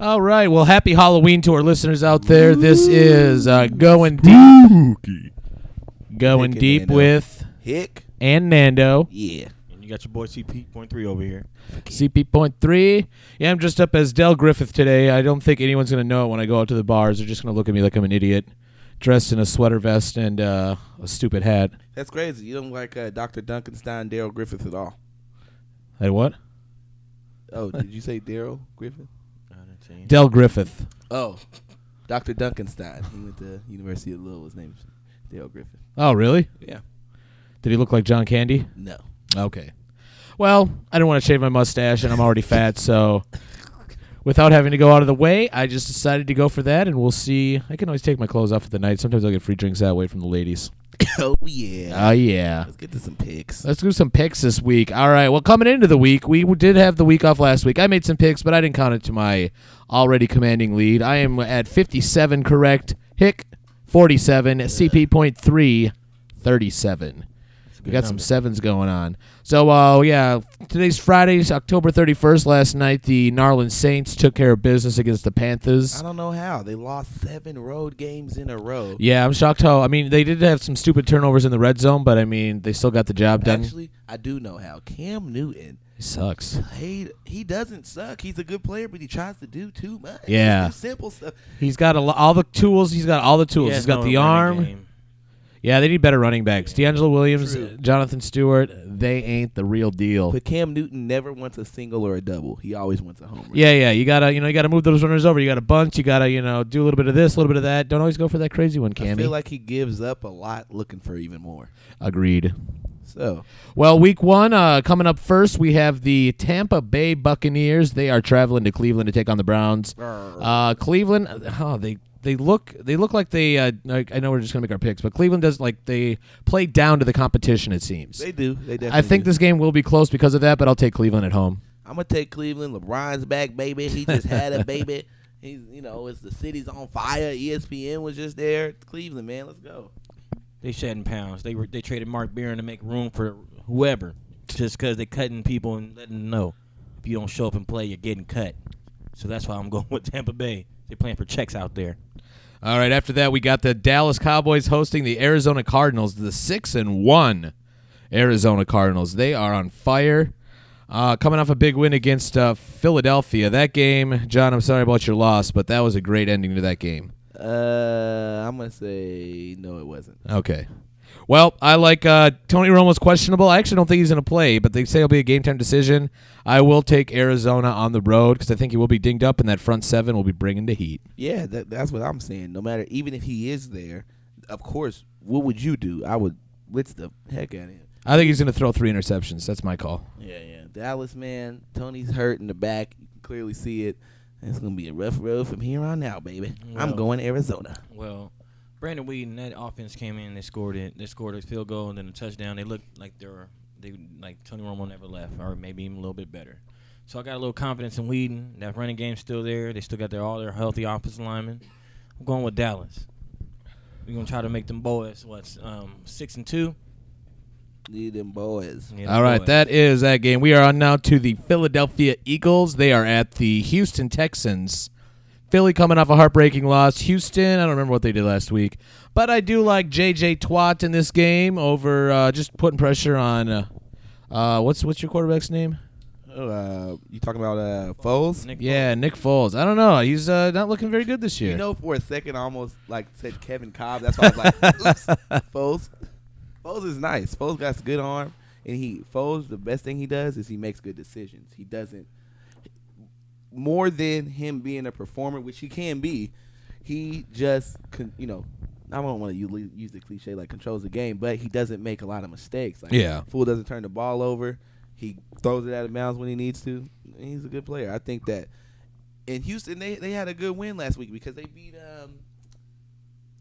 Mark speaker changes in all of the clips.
Speaker 1: All right. Well, happy Halloween to our listeners out there. This is uh, going deep, going
Speaker 2: Hick and
Speaker 1: deep
Speaker 2: Nando.
Speaker 1: with
Speaker 2: Hick.
Speaker 1: and Nando.
Speaker 2: Yeah.
Speaker 3: And you got your boy CP point three over here.
Speaker 1: CP point three. Yeah, I'm dressed up as Del Griffith today. I don't think anyone's gonna know it when I go out to the bars. They're just gonna look at me like I'm an idiot, dressed in a sweater vest and uh, a stupid hat.
Speaker 2: That's crazy. You don't like uh, Dr. Duncanstein, Daryl Griffith at all.
Speaker 1: Hey, what?
Speaker 2: Oh, did you say Daryl Griffith?
Speaker 1: Del Griffith.
Speaker 2: Oh, Dr. Duncanstein. He went to University of Louisville. His name's Daryl Griffith.
Speaker 1: Oh, really?
Speaker 2: Yeah.
Speaker 1: Did he look like John Candy?
Speaker 2: No.
Speaker 1: Okay. Well, I didn't want to shave my mustache, and I'm already fat, so without having to go out of the way, I just decided to go for that, and we'll see. I can always take my clothes off at the night. Sometimes I'll get free drinks that way from the ladies.
Speaker 2: oh yeah.
Speaker 1: Oh, yeah.
Speaker 2: Let's get to some picks.
Speaker 1: Let's do some picks this week. All right. Well, coming into the week, we did have the week off last week. I made some picks, but I didn't count it to my already commanding lead. I am at 57 correct. Hick 47, CP point three 37. We got some sevens going on. So, uh, yeah, today's Friday, it's October 31st. Last night, the Narland Saints took care of business against the Panthers.
Speaker 2: I don't know how they lost seven road games in a row.
Speaker 1: Yeah, I'm shocked how. I mean, they did have some stupid turnovers in the red zone, but I mean, they still got the job done.
Speaker 2: Actually, I do know how. Cam Newton
Speaker 1: sucks.
Speaker 2: played. He doesn't suck. He's a good player, but he tries to do too much.
Speaker 1: Yeah.
Speaker 2: Just do simple stuff.
Speaker 1: He's got a lo- all the tools. He's got all the tools. he's got the arm. Yeah, they need better running backs. D'Angelo Williams,
Speaker 2: True.
Speaker 1: Jonathan Stewart, they ain't the real deal.
Speaker 2: But Cam Newton never wants a single or a double. He always wants a home run.
Speaker 1: yeah, yeah, you gotta, you know, you gotta move those runners over. You gotta bunch. You gotta, you know, do a little bit of this, a little bit of that. Don't always go for that crazy one,
Speaker 2: I
Speaker 1: Cammy.
Speaker 2: feel like he gives up a lot looking for even more.
Speaker 1: Agreed.
Speaker 2: So
Speaker 1: Well, week one uh, coming up first, we have the Tampa Bay Buccaneers. They are traveling to Cleveland to take on the Browns. Uh, Cleveland, oh, they they look they look like they. Uh, like- I know we're just gonna make our picks, but Cleveland does like they play down to the competition. It seems.
Speaker 2: they do. They definitely
Speaker 1: I think
Speaker 2: do.
Speaker 1: this game will be close because of that, but I'll take Cleveland at home.
Speaker 2: I'm gonna take Cleveland. LeBron's back, baby. He just had a baby. He's you know, it's the city's on fire. E ESPN was just there. Cleveland, man, let's go.
Speaker 3: They shedding pounds. They were they traded Mark Barron to make room for whoever, just because they cutting people and letting them know if you don't show up and play, you're getting cut. So that's why I'm going with Tampa Bay. They playing for checks out there.
Speaker 1: All right. After that, we got the Dallas Cowboys hosting the Arizona Cardinals, the six and one Arizona Cardinals. They are on fire. Uh, coming off a big win against uh, Philadelphia. That game, John, I'm sorry about your loss, but that was a great ending to that game.
Speaker 2: Uh I'm gonna say no it wasn't.
Speaker 1: Okay. Well, I like uh, Tony Romo's questionable. I actually don't think he's going to play, but they say it'll be a game time decision. I will take Arizona on the road because I think he will be dinged up, and that front seven will be bringing the heat.
Speaker 2: Yeah, that, that's what I'm saying. No matter even if he is there, of course, what would you do? I would blitz the heck out of him.
Speaker 1: I think he's going to throw three interceptions. That's my call.
Speaker 2: Yeah, yeah. Dallas man, Tony's hurt in the back. You can clearly see it. It's gonna be a rough road from here on out, baby. I'm
Speaker 3: Well.
Speaker 2: going Arizona.
Speaker 3: Well, Brandon Weeden, that offense came in. They scored it. They scored a field goal and then a touchdown. They looked like they were they like Tony Romo never left, or maybe even a little bit better. So I got a little confidence in Weeden. That running game's still there. They still got their all their healthy offensive linemen. I'm going with Dallas. We're gonna try to make them boys what's um, six and two.
Speaker 2: Need them boys.
Speaker 3: Yeah,
Speaker 1: All right,
Speaker 3: boys.
Speaker 1: that is that game. We are on now to the Philadelphia Eagles. They are at the Houston Texans. Philly coming off a heartbreaking loss. Houston, I don't remember what they did last week, but I do like JJ Twat in this game over uh, just putting pressure on. Uh, uh, what's what's your quarterback's name?
Speaker 2: Uh, you talking about uh, Foles?
Speaker 3: Nick
Speaker 1: Yeah, Nick Foles. I don't know. He's uh, not looking very good this year.
Speaker 2: You know, for a second, I almost like said Kevin Cobb. That's why I was like, oops, Foles. Foles is nice. Foles got a good arm, and he Foles. The best thing he does is he makes good decisions. He doesn't more than him being a performer, which he can be. He just, con, you know, I don't want to use, use the cliche like controls the game, but he doesn't make a lot of mistakes. Like,
Speaker 1: Yeah.
Speaker 2: fool doesn't turn the ball over. He throws it out of bounds when he needs to. He's a good player. I think that in Houston they, they had a good win last week because they beat um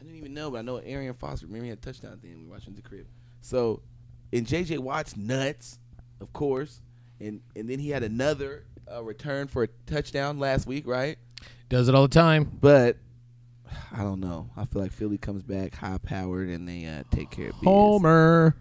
Speaker 2: I didn't even know, but I know Arian Foster. Remember he had a touchdown thing. We were watching the crib. So and JJ Watts nuts, of course, and and then he had another uh, return for a touchdown last week, right?
Speaker 1: Does it all the time.
Speaker 2: But I don't know. I feel like Philly comes back high powered and they uh, take care of business.
Speaker 1: Homer.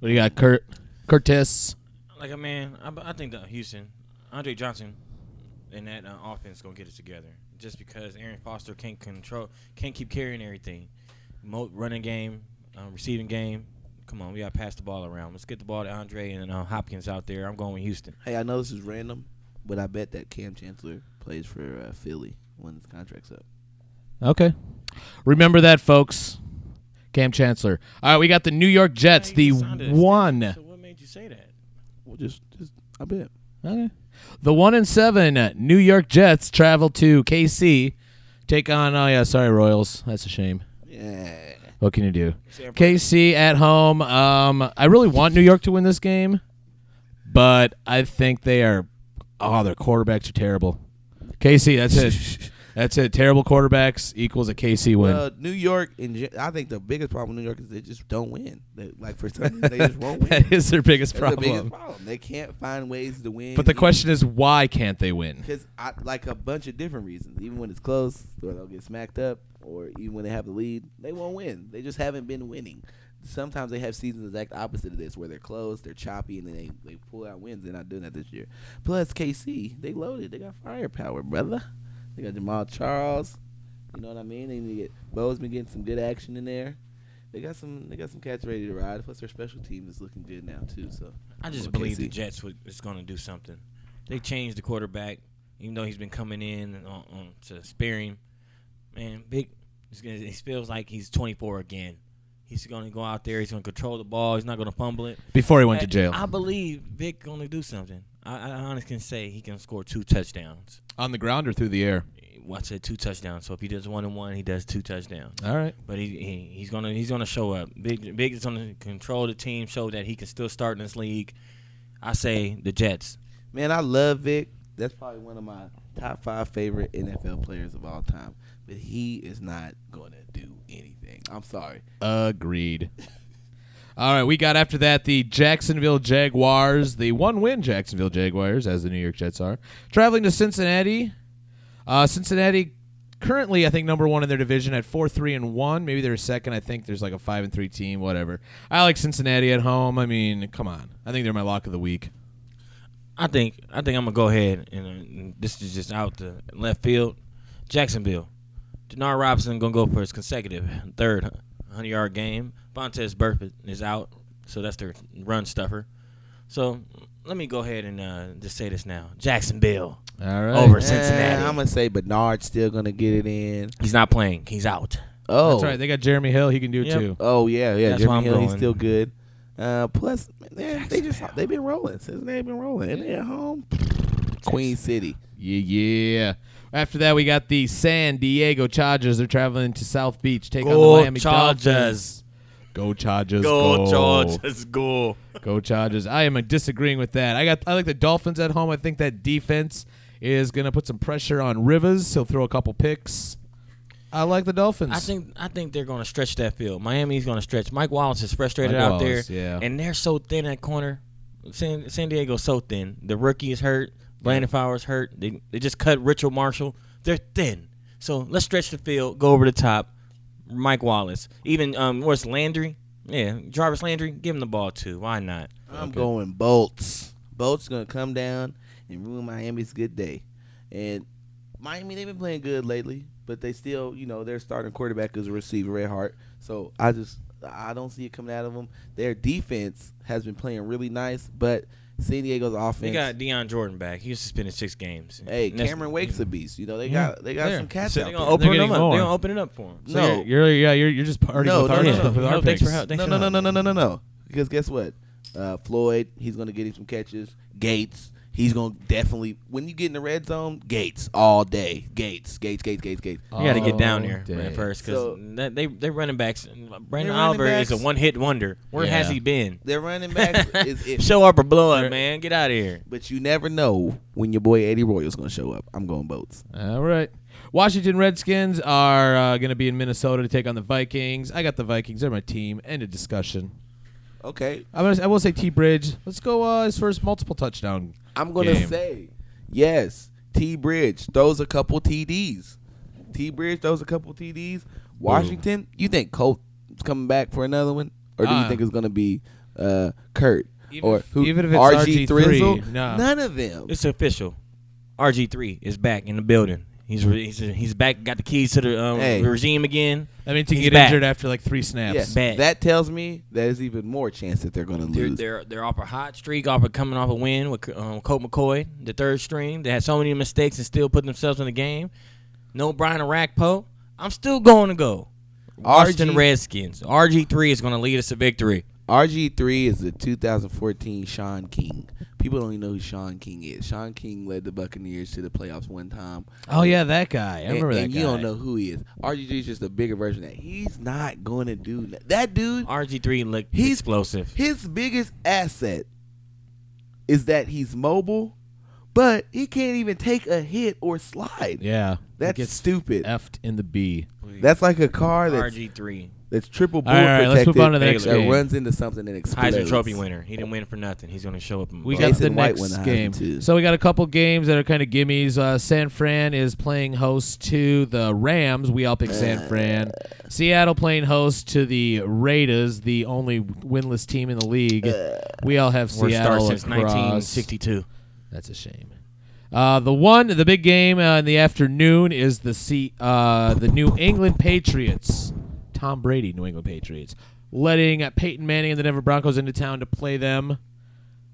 Speaker 1: What do you got, Kurt? Curtis.
Speaker 3: Like a man, I, I think that Houston, Andre Johnson, and that uh, offense gonna get it together. Just because Aaron Foster can't control, can't keep carrying everything, Mo- running game, um, receiving game. Come on, we gotta pass the ball around. Let's get the ball to Andre and uh, Hopkins out there. I'm going with Houston.
Speaker 2: Hey, I know this is random, but I bet that Cam Chancellor plays for uh, Philly when his contract's up.
Speaker 1: Okay. Remember that, folks. Cam Chancellor. All right, we got the New York Jets, the one.
Speaker 3: So what made you say that?
Speaker 2: Well, just, just I bet.
Speaker 1: Okay. The one and seven uh, New York Jets travel to KC, take on. Oh yeah, sorry Royals. That's a shame.
Speaker 2: Yeah.
Speaker 1: What can you do? KC at home. Um, I really want New York to win this game, but I think they are. Oh, their quarterbacks are terrible. KC, that's it. that's it. Terrible quarterbacks equals a KC win.
Speaker 2: Well, Uh, New York, in gen- I think the biggest problem with New York is they just don't win. They, like for some, reason, they just won't win.
Speaker 1: that is their biggest
Speaker 2: That's
Speaker 1: problem.
Speaker 2: the biggest problem. They can't find ways to win.
Speaker 1: But the question is, why can't they win?
Speaker 2: because I like a bunch of different reasons. Even when it's close, or they'll get smacked up, or even when they have the lead, they won't win. They just haven't been winning. Sometimes they have seasons exact opposite of this, where they're close, they're choppy, and then they, they pull out wins. They're not doing that this year. Plus KC, they loaded. They got firepower, brother. They got Jamal Charles. You know what I mean? And you get Bo's been getting some good action in there. They got some. They got some cats ready to ride. Plus their special team is looking good now too. So
Speaker 3: I just
Speaker 2: Well,
Speaker 3: believe
Speaker 2: KC.
Speaker 3: the Jets would, is going to do something. They changed the quarterback, even though he's been coming in on, on to sparing. Man, big. He's gonna, he feels like he's 24 again. He's going to go out there. He's going to control the ball. He's not going to fumble it.
Speaker 1: Before he went to
Speaker 3: I-
Speaker 1: jail
Speaker 3: I believe Vic going to do something. I, I honestly can say he can score two touchdowns.
Speaker 1: on the ground or through the air.
Speaker 3: Well, I said two touchdowns. So if he does one and one, he does two touchdowns.
Speaker 1: All right.
Speaker 3: But he, he he's gonna he's gonna show up. Big Big is gonna control the team, show that he can still start in this league. I say the Jets.
Speaker 2: Man, I love Vic. That's probably one of my top five favorite NFL players of all time. But he is not going to do anything. I'm sorry.
Speaker 1: Agreed. All right, we got after that the Jacksonville Jaguars, the one-win Jacksonville Jaguars, as the New York Jets are, traveling to Cincinnati. Uh, Cincinnati currently, I think, number one in their division at four, three, and one. Maybe they're second. I think there's like a five and three team. Whatever. I like Cincinnati at home. I mean, come on. I think they're my lock of the week.
Speaker 3: I think I think I'm gonna go ahead and, uh, and this is just out the left field. Jacksonville, Denard Robinson gonna go for his consecutive third hundred yard game. Vontez Burfict is out, so that's their run stuffer. So let me go ahead and uh, just say this now: Jacksonville
Speaker 1: All right.
Speaker 3: over Cincinnati.
Speaker 2: I'm going to say Bernard's still going to get it in.
Speaker 3: He's not playing. He's out.
Speaker 2: Oh.
Speaker 1: That's right. They got Jeremy Hill. He can do it
Speaker 3: Yep.
Speaker 1: too.
Speaker 2: Oh, yeah. Yeah.
Speaker 3: That's
Speaker 2: Jeremy
Speaker 3: why I'm
Speaker 2: Hill, he's
Speaker 3: going.
Speaker 2: still good. Uh, plus, man, they just they've been rolling. Cincinnati's been rolling, and they're at home. Queen City.
Speaker 1: Yeah, yeah. After that, we got the San Diego Chargers. They're traveling to South Beach, take on the Miami Dolphins. Go Chargers.
Speaker 3: Go.
Speaker 1: Go Chargers. I am uh, disagreeing with that. I got. I like the Dolphins at home. I think that defense is gonna put some pressure on Rivers. He'll throw a couple picks. I like the Dolphins.
Speaker 3: I think I think they're going to stretch that field. Miami's going to stretch. Mike Wallace is frustrated
Speaker 1: Mike
Speaker 3: out
Speaker 1: Wallace,
Speaker 3: there,
Speaker 1: yeah.
Speaker 3: and they're so thin at corner. San, San Diego's so thin. The rookie is hurt. Brandon Fowler's hurt. They they just cut Richard Marshall. They're thin. So let's stretch the field. Go over the top. Mike Wallace. Even um, where's Landry? Yeah, Jarvis Landry. Give him the ball too. Why not?
Speaker 2: I'm going Bolts. Bolts gonna come down and ruin Miami's good day. And Miami, they've been playing good lately, but they still, you know, their starting quarterback is a receiver, Red Hart. So I just, I don't see it coming out of them. Their defense has been playing really nice, but San Diego's offense.
Speaker 3: They got Deion Jordan back. He was suspended six games.
Speaker 2: hey,
Speaker 3: And that's-
Speaker 2: Cameron Wake's a beast. You know, they
Speaker 1: Yeah,
Speaker 2: got they got
Speaker 1: there.
Speaker 2: some cats
Speaker 3: So
Speaker 2: out
Speaker 3: they're
Speaker 2: there.
Speaker 3: gonna open
Speaker 1: They're
Speaker 3: it up.
Speaker 1: getting more.
Speaker 3: They're gonna open it up for him.
Speaker 1: So
Speaker 2: no.
Speaker 1: You're, you're yeah. You're, you're just partying
Speaker 2: No,
Speaker 1: with
Speaker 2: no,
Speaker 1: our,
Speaker 2: no,
Speaker 1: with
Speaker 2: no.
Speaker 1: our
Speaker 3: No, thanks for
Speaker 1: picks.
Speaker 3: help. Thanks
Speaker 2: no,
Speaker 3: for
Speaker 2: no,
Speaker 3: help.
Speaker 2: no, no, no, no, no, no. Because guess what? Uh, Floyd, he's going to get him some catches. Gates, he's going to definitely. When you get in the red zone, Gates all day. Gates, Gates, Gates, Gates, Gates.
Speaker 1: Oh,
Speaker 3: You got to get down
Speaker 1: All
Speaker 3: there
Speaker 1: day.
Speaker 3: man, first
Speaker 2: So-
Speaker 3: because that they they running backs. Brandon
Speaker 2: running
Speaker 3: Oliver is a
Speaker 2: backs-
Speaker 3: one hit wonder. Where
Speaker 1: Yeah.
Speaker 3: has he been?
Speaker 2: Their running back is it.
Speaker 3: Show up or blow up, man. Get out of here.
Speaker 2: But you never know when your boy Eddie Royal's going to show up. I'm going boats.
Speaker 1: All right. Washington Redskins are uh, going to be in Minnesota to take on the Vikings. I got the Vikings. They're my team. End of discussion.
Speaker 2: Okay.
Speaker 1: I'm gonna, I will say T Bridge. Let's go uh, his first multiple touchdown.
Speaker 2: I'm going to
Speaker 1: game.
Speaker 2: say, yes, T Bridge throws a couple TDs. T Bridge throws a couple TDs. Washington, you think Colt's coming back for another one? Or do you
Speaker 1: Uh.
Speaker 2: think it's going to be uh, Kurt?
Speaker 1: Even
Speaker 2: or
Speaker 1: if- even if it's RG3,
Speaker 2: Thrizzle?
Speaker 1: no.
Speaker 2: None of them.
Speaker 3: It's official. RG3 is back in the building. He's re- he's he's back. Got the keys to the um,
Speaker 2: Hey.
Speaker 3: regime again.
Speaker 1: I mean, to
Speaker 3: He's
Speaker 1: get
Speaker 3: back.
Speaker 1: injured after like three snaps.
Speaker 2: Yes,
Speaker 3: Bad.
Speaker 2: that tells me there's even more chance that they're going to
Speaker 3: They're,
Speaker 2: lose.
Speaker 3: they're they're off a hot streak, off of coming off a win with um, Colt McCoy, the third string. They had so many mistakes and still put themselves in the game. No Brian Arakpo. I'm still going to go. Washington
Speaker 2: RG
Speaker 3: Redskins. RG3 is going to lead us to victory.
Speaker 2: RG3 is the 2014 Sean King. People don't even know who Sean King is. Sean King led the Buccaneers to the playoffs one time.
Speaker 1: Oh yeah, that guy. I
Speaker 2: and,
Speaker 1: remember that
Speaker 2: and
Speaker 1: guy.
Speaker 2: you don't know who he is. RG3 is just a bigger version of that. He's not going to do that. That dude,
Speaker 3: RG3 looked
Speaker 2: He's-
Speaker 3: explosive.
Speaker 2: his biggest asset is that he's mobile, but he can't even take a hit or slide.
Speaker 1: Yeah,
Speaker 2: That's
Speaker 1: He gets
Speaker 2: stupid.
Speaker 1: effed in the B.
Speaker 2: That's like a car that's,
Speaker 3: RG3,
Speaker 2: that's triple
Speaker 1: All
Speaker 2: bullet
Speaker 1: right, all right, let's
Speaker 2: protected
Speaker 1: move on to the next
Speaker 2: that
Speaker 1: game.
Speaker 2: runs into something and explodes.
Speaker 3: Heisman Trophy winner. He didn't win for nothing. He's going to show up. and
Speaker 1: We
Speaker 3: blow.
Speaker 1: got the
Speaker 2: Jason White won
Speaker 1: next
Speaker 2: the Heisman,
Speaker 1: game.
Speaker 2: too.
Speaker 1: So we got a couple games that are kind of gimmies. Uh, San Fran is playing host to the Rams. We all pick San Fran. Seattle playing host to the Raiders, the only winless team in the league. we all have
Speaker 3: Worst start
Speaker 1: Seattle
Speaker 3: since
Speaker 1: across.
Speaker 3: 1962.
Speaker 1: That's a shame. Uh, the one, the big game uh, in the afternoon is the C, uh, the New England Patriots. Tom Brady, New England Patriots, letting uh, Peyton Manning and the Denver Broncos into town to play them.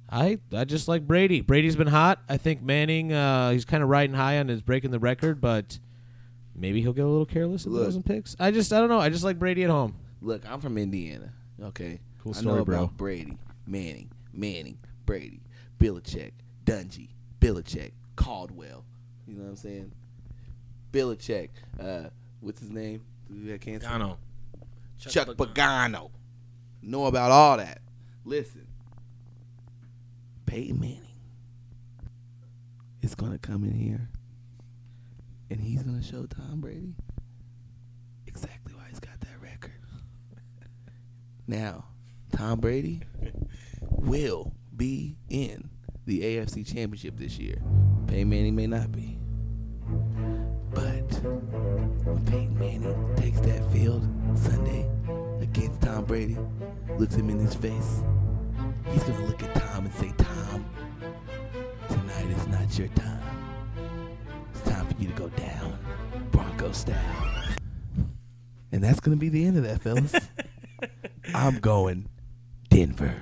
Speaker 1: I I just like Brady. Brady's been hot. I think Manning, uh, he's kind of riding high on his breaking the record, but maybe he'll get a little careless in
Speaker 2: Look.
Speaker 1: those picks. I just I don't know. I just like Brady at home.
Speaker 2: Look, I'm from Indiana. Okay.
Speaker 1: Cool
Speaker 2: I know
Speaker 1: story, bro.
Speaker 2: about Brady, Manning, Manning, Brady, Billichick, Dungy, Billichick, Caldwell. You know what I'm saying? Billichick. Uh, what's his name? Who had cancer?
Speaker 3: Donald.
Speaker 2: Chuck Pagano. Know about all that. Listen, Peyton Manning is gonna come in here, and he's gonna show Tom Brady exactly why he's got that record. now, Tom Brady will be in the AFC Championship this year. Peyton Manning may not be. But when Peyton Manning takes that field Sunday against Tom Brady, looks him in his face, he's going to look at Tom and say, Tom, tonight is not your time. It's time for you to go down, Bronco style. And that's going to be the end of that, fellas. I'm going Denver.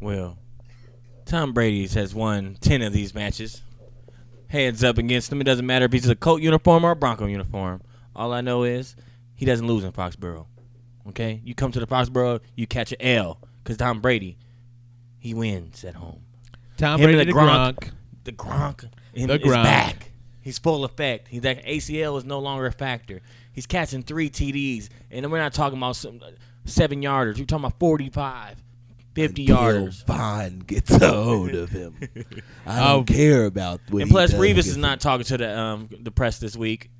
Speaker 3: Well, Tom Brady's has won 10 of these matches. Heads up against him. It doesn't matter if he's a Colt uniform or a Bronco uniform. All I know is he doesn't lose in Foxborough. Okay? You come to the Foxborough, you catch an L. Because Tom Brady, he wins at home.
Speaker 1: Tom
Speaker 3: Him and
Speaker 1: Brady to
Speaker 3: the Gronk.
Speaker 1: Gronk.
Speaker 3: The Gronk in-
Speaker 1: The
Speaker 3: is
Speaker 1: Gronk.
Speaker 3: back. He's full effect. He's like ACL is no longer a factor. He's catching three TDs, and we're not talking about some seven yarders. We're talking about 45, 50 yarders. Um,
Speaker 2: Vaughn gets a hold of him. I don't
Speaker 1: Oh.
Speaker 2: care about what
Speaker 3: And
Speaker 2: he
Speaker 3: plus,
Speaker 2: does
Speaker 3: Revis
Speaker 2: against
Speaker 3: is not
Speaker 2: him.
Speaker 3: talking to the um, the press this week.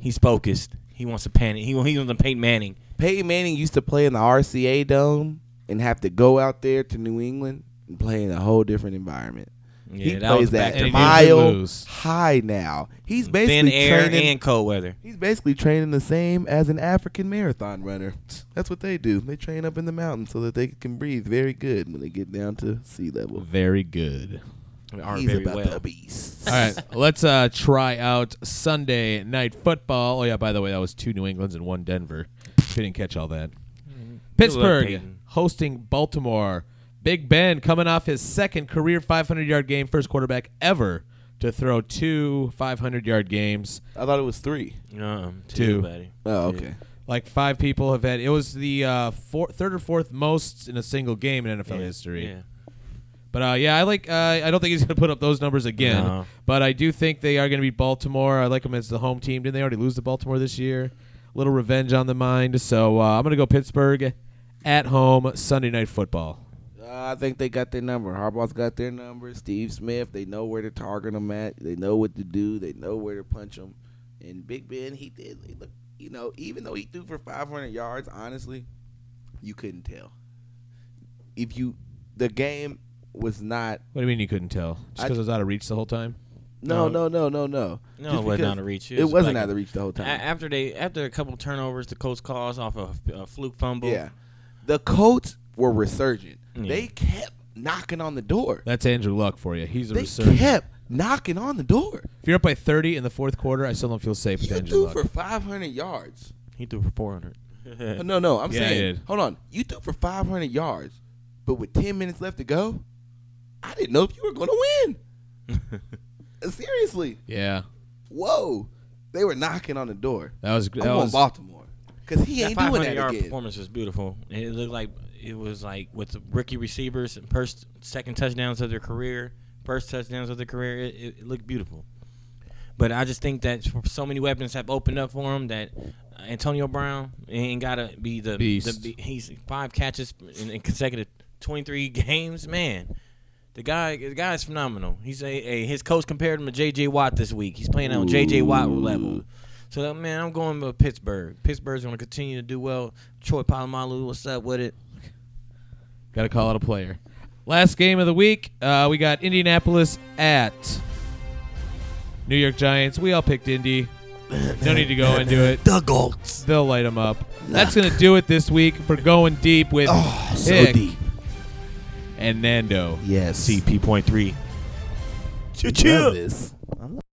Speaker 3: He's focused. He wants to panic. He, wa- he wants to paint Manning.
Speaker 2: Peyton Manning used to play in the RCA Dome and have to go out there to New England and play in a whole different environment.
Speaker 3: Yeah,
Speaker 2: he
Speaker 3: that
Speaker 2: plays
Speaker 3: was
Speaker 2: that
Speaker 3: back to
Speaker 1: And he didn't
Speaker 2: mile
Speaker 1: lose.
Speaker 2: high now. He's
Speaker 3: Thin
Speaker 2: basically
Speaker 3: air
Speaker 2: training.
Speaker 3: and cold weather.
Speaker 2: he's basically training the same as an African marathon runner. That's what they do. They train up in the mountains so that they can breathe very good when they get down to sea level.
Speaker 1: Very good.
Speaker 3: Aren't
Speaker 2: He's
Speaker 3: very
Speaker 2: about
Speaker 3: well.
Speaker 2: the beast.
Speaker 1: All right, let's uh, try out Sunday night football. Oh yeah, by the way, that was two New Englands and one Denver. If you didn't catch all that, Pittsburgh
Speaker 3: Mm-hmm. Peyton.
Speaker 1: hosting Baltimore. Big Ben coming off his second career 500-yard game, first quarterback ever to throw two 500-yard games.
Speaker 2: I thought it was three.
Speaker 3: No,
Speaker 1: Two.
Speaker 3: two, buddy.
Speaker 2: Oh,
Speaker 3: Two.
Speaker 2: okay.
Speaker 1: Like five people have had. It was the uh, four, third or fourth most in a single game in NFL
Speaker 3: Yeah,
Speaker 1: history.
Speaker 3: yeah.
Speaker 1: But uh, yeah, I like. Uh, I don't think he's going to put up those numbers again.
Speaker 3: No.
Speaker 1: But I do think they are going to be Baltimore. I like them as the home team. Didn't they already lose to Baltimore this year? Little revenge on the mind. So uh, I'm going to go Pittsburgh at home Sunday night football.
Speaker 2: Uh, I think they got their number. Harbaugh's got their number. Steve Smith, they know where to target him at. They know what to do. They know where to punch him. And Big Ben, he did. He look, you know, even though he threw for 500 yards, honestly, you couldn't tell. If you, the game was not.
Speaker 1: What do you mean you couldn't tell? Just
Speaker 2: I-
Speaker 1: because I, was out of reach the whole time?
Speaker 2: No,
Speaker 3: No.
Speaker 2: no, no, no, no.
Speaker 3: No,
Speaker 2: Just
Speaker 3: it wasn't
Speaker 2: because
Speaker 3: out of reach.
Speaker 2: It wasn't
Speaker 3: like-
Speaker 2: out of reach the whole
Speaker 3: A-
Speaker 2: time.
Speaker 3: after they after a couple turnovers, the coach calls off a, a fluke fumble.
Speaker 2: yeah, the Colts were resurgent.
Speaker 3: Yeah.
Speaker 2: They kept knocking on the door.
Speaker 1: That's Andrew Luck for you. He's a
Speaker 2: they
Speaker 1: resurgent.
Speaker 2: kept knocking on the door.
Speaker 1: If you're up by 30 in the fourth quarter, I still don't feel safe with
Speaker 2: You
Speaker 1: Andrew
Speaker 2: threw
Speaker 1: Luck.
Speaker 2: for 500 yards.
Speaker 3: He threw for 400.
Speaker 2: Oh, no, no, I'm
Speaker 1: Yeah, I
Speaker 2: saying,
Speaker 1: did.
Speaker 2: hold on. You threw for 500 yards, but with 10 minutes left to go, I didn't know if you were going to win. Uh, Seriously,
Speaker 1: yeah,
Speaker 2: whoa! They were knocking on the door.
Speaker 1: that was
Speaker 2: I'm
Speaker 1: that
Speaker 2: on
Speaker 1: was
Speaker 2: Baltimore because he ain't doing
Speaker 3: 500
Speaker 2: that
Speaker 3: yard
Speaker 2: again.
Speaker 3: performance was beautiful. And It looked like it was like with the rookie receivers, first, second touchdowns of their career, first touchdowns of their career. It, it, it looked beautiful. But I just think that so many weapons have opened up for him that uh, Antonio Brown ain't gotta be the
Speaker 1: Beast.
Speaker 3: The, be- he's five catches in, in consecutive 23 games. Man, the guy the guy is phenomenal. He's a, a his coach compared him to J.J. Watt this week. He's playing on J.J. Watt level. So uh, man, I'm going with Pittsburgh. Pittsburgh's going to continue to do well. Troy Polamalu, what's up with it?
Speaker 1: Got to call out a player. Last game of the week, uh, we got Indianapolis at New York Giants. We all picked Indy. No need to go into it.
Speaker 2: The Goats.
Speaker 1: They'll light them up. That's going to do it this week for going deep with
Speaker 2: Oh, so
Speaker 1: Hick
Speaker 2: deep.
Speaker 1: and Nando.
Speaker 2: Yes.
Speaker 3: CP.3.
Speaker 2: Love this.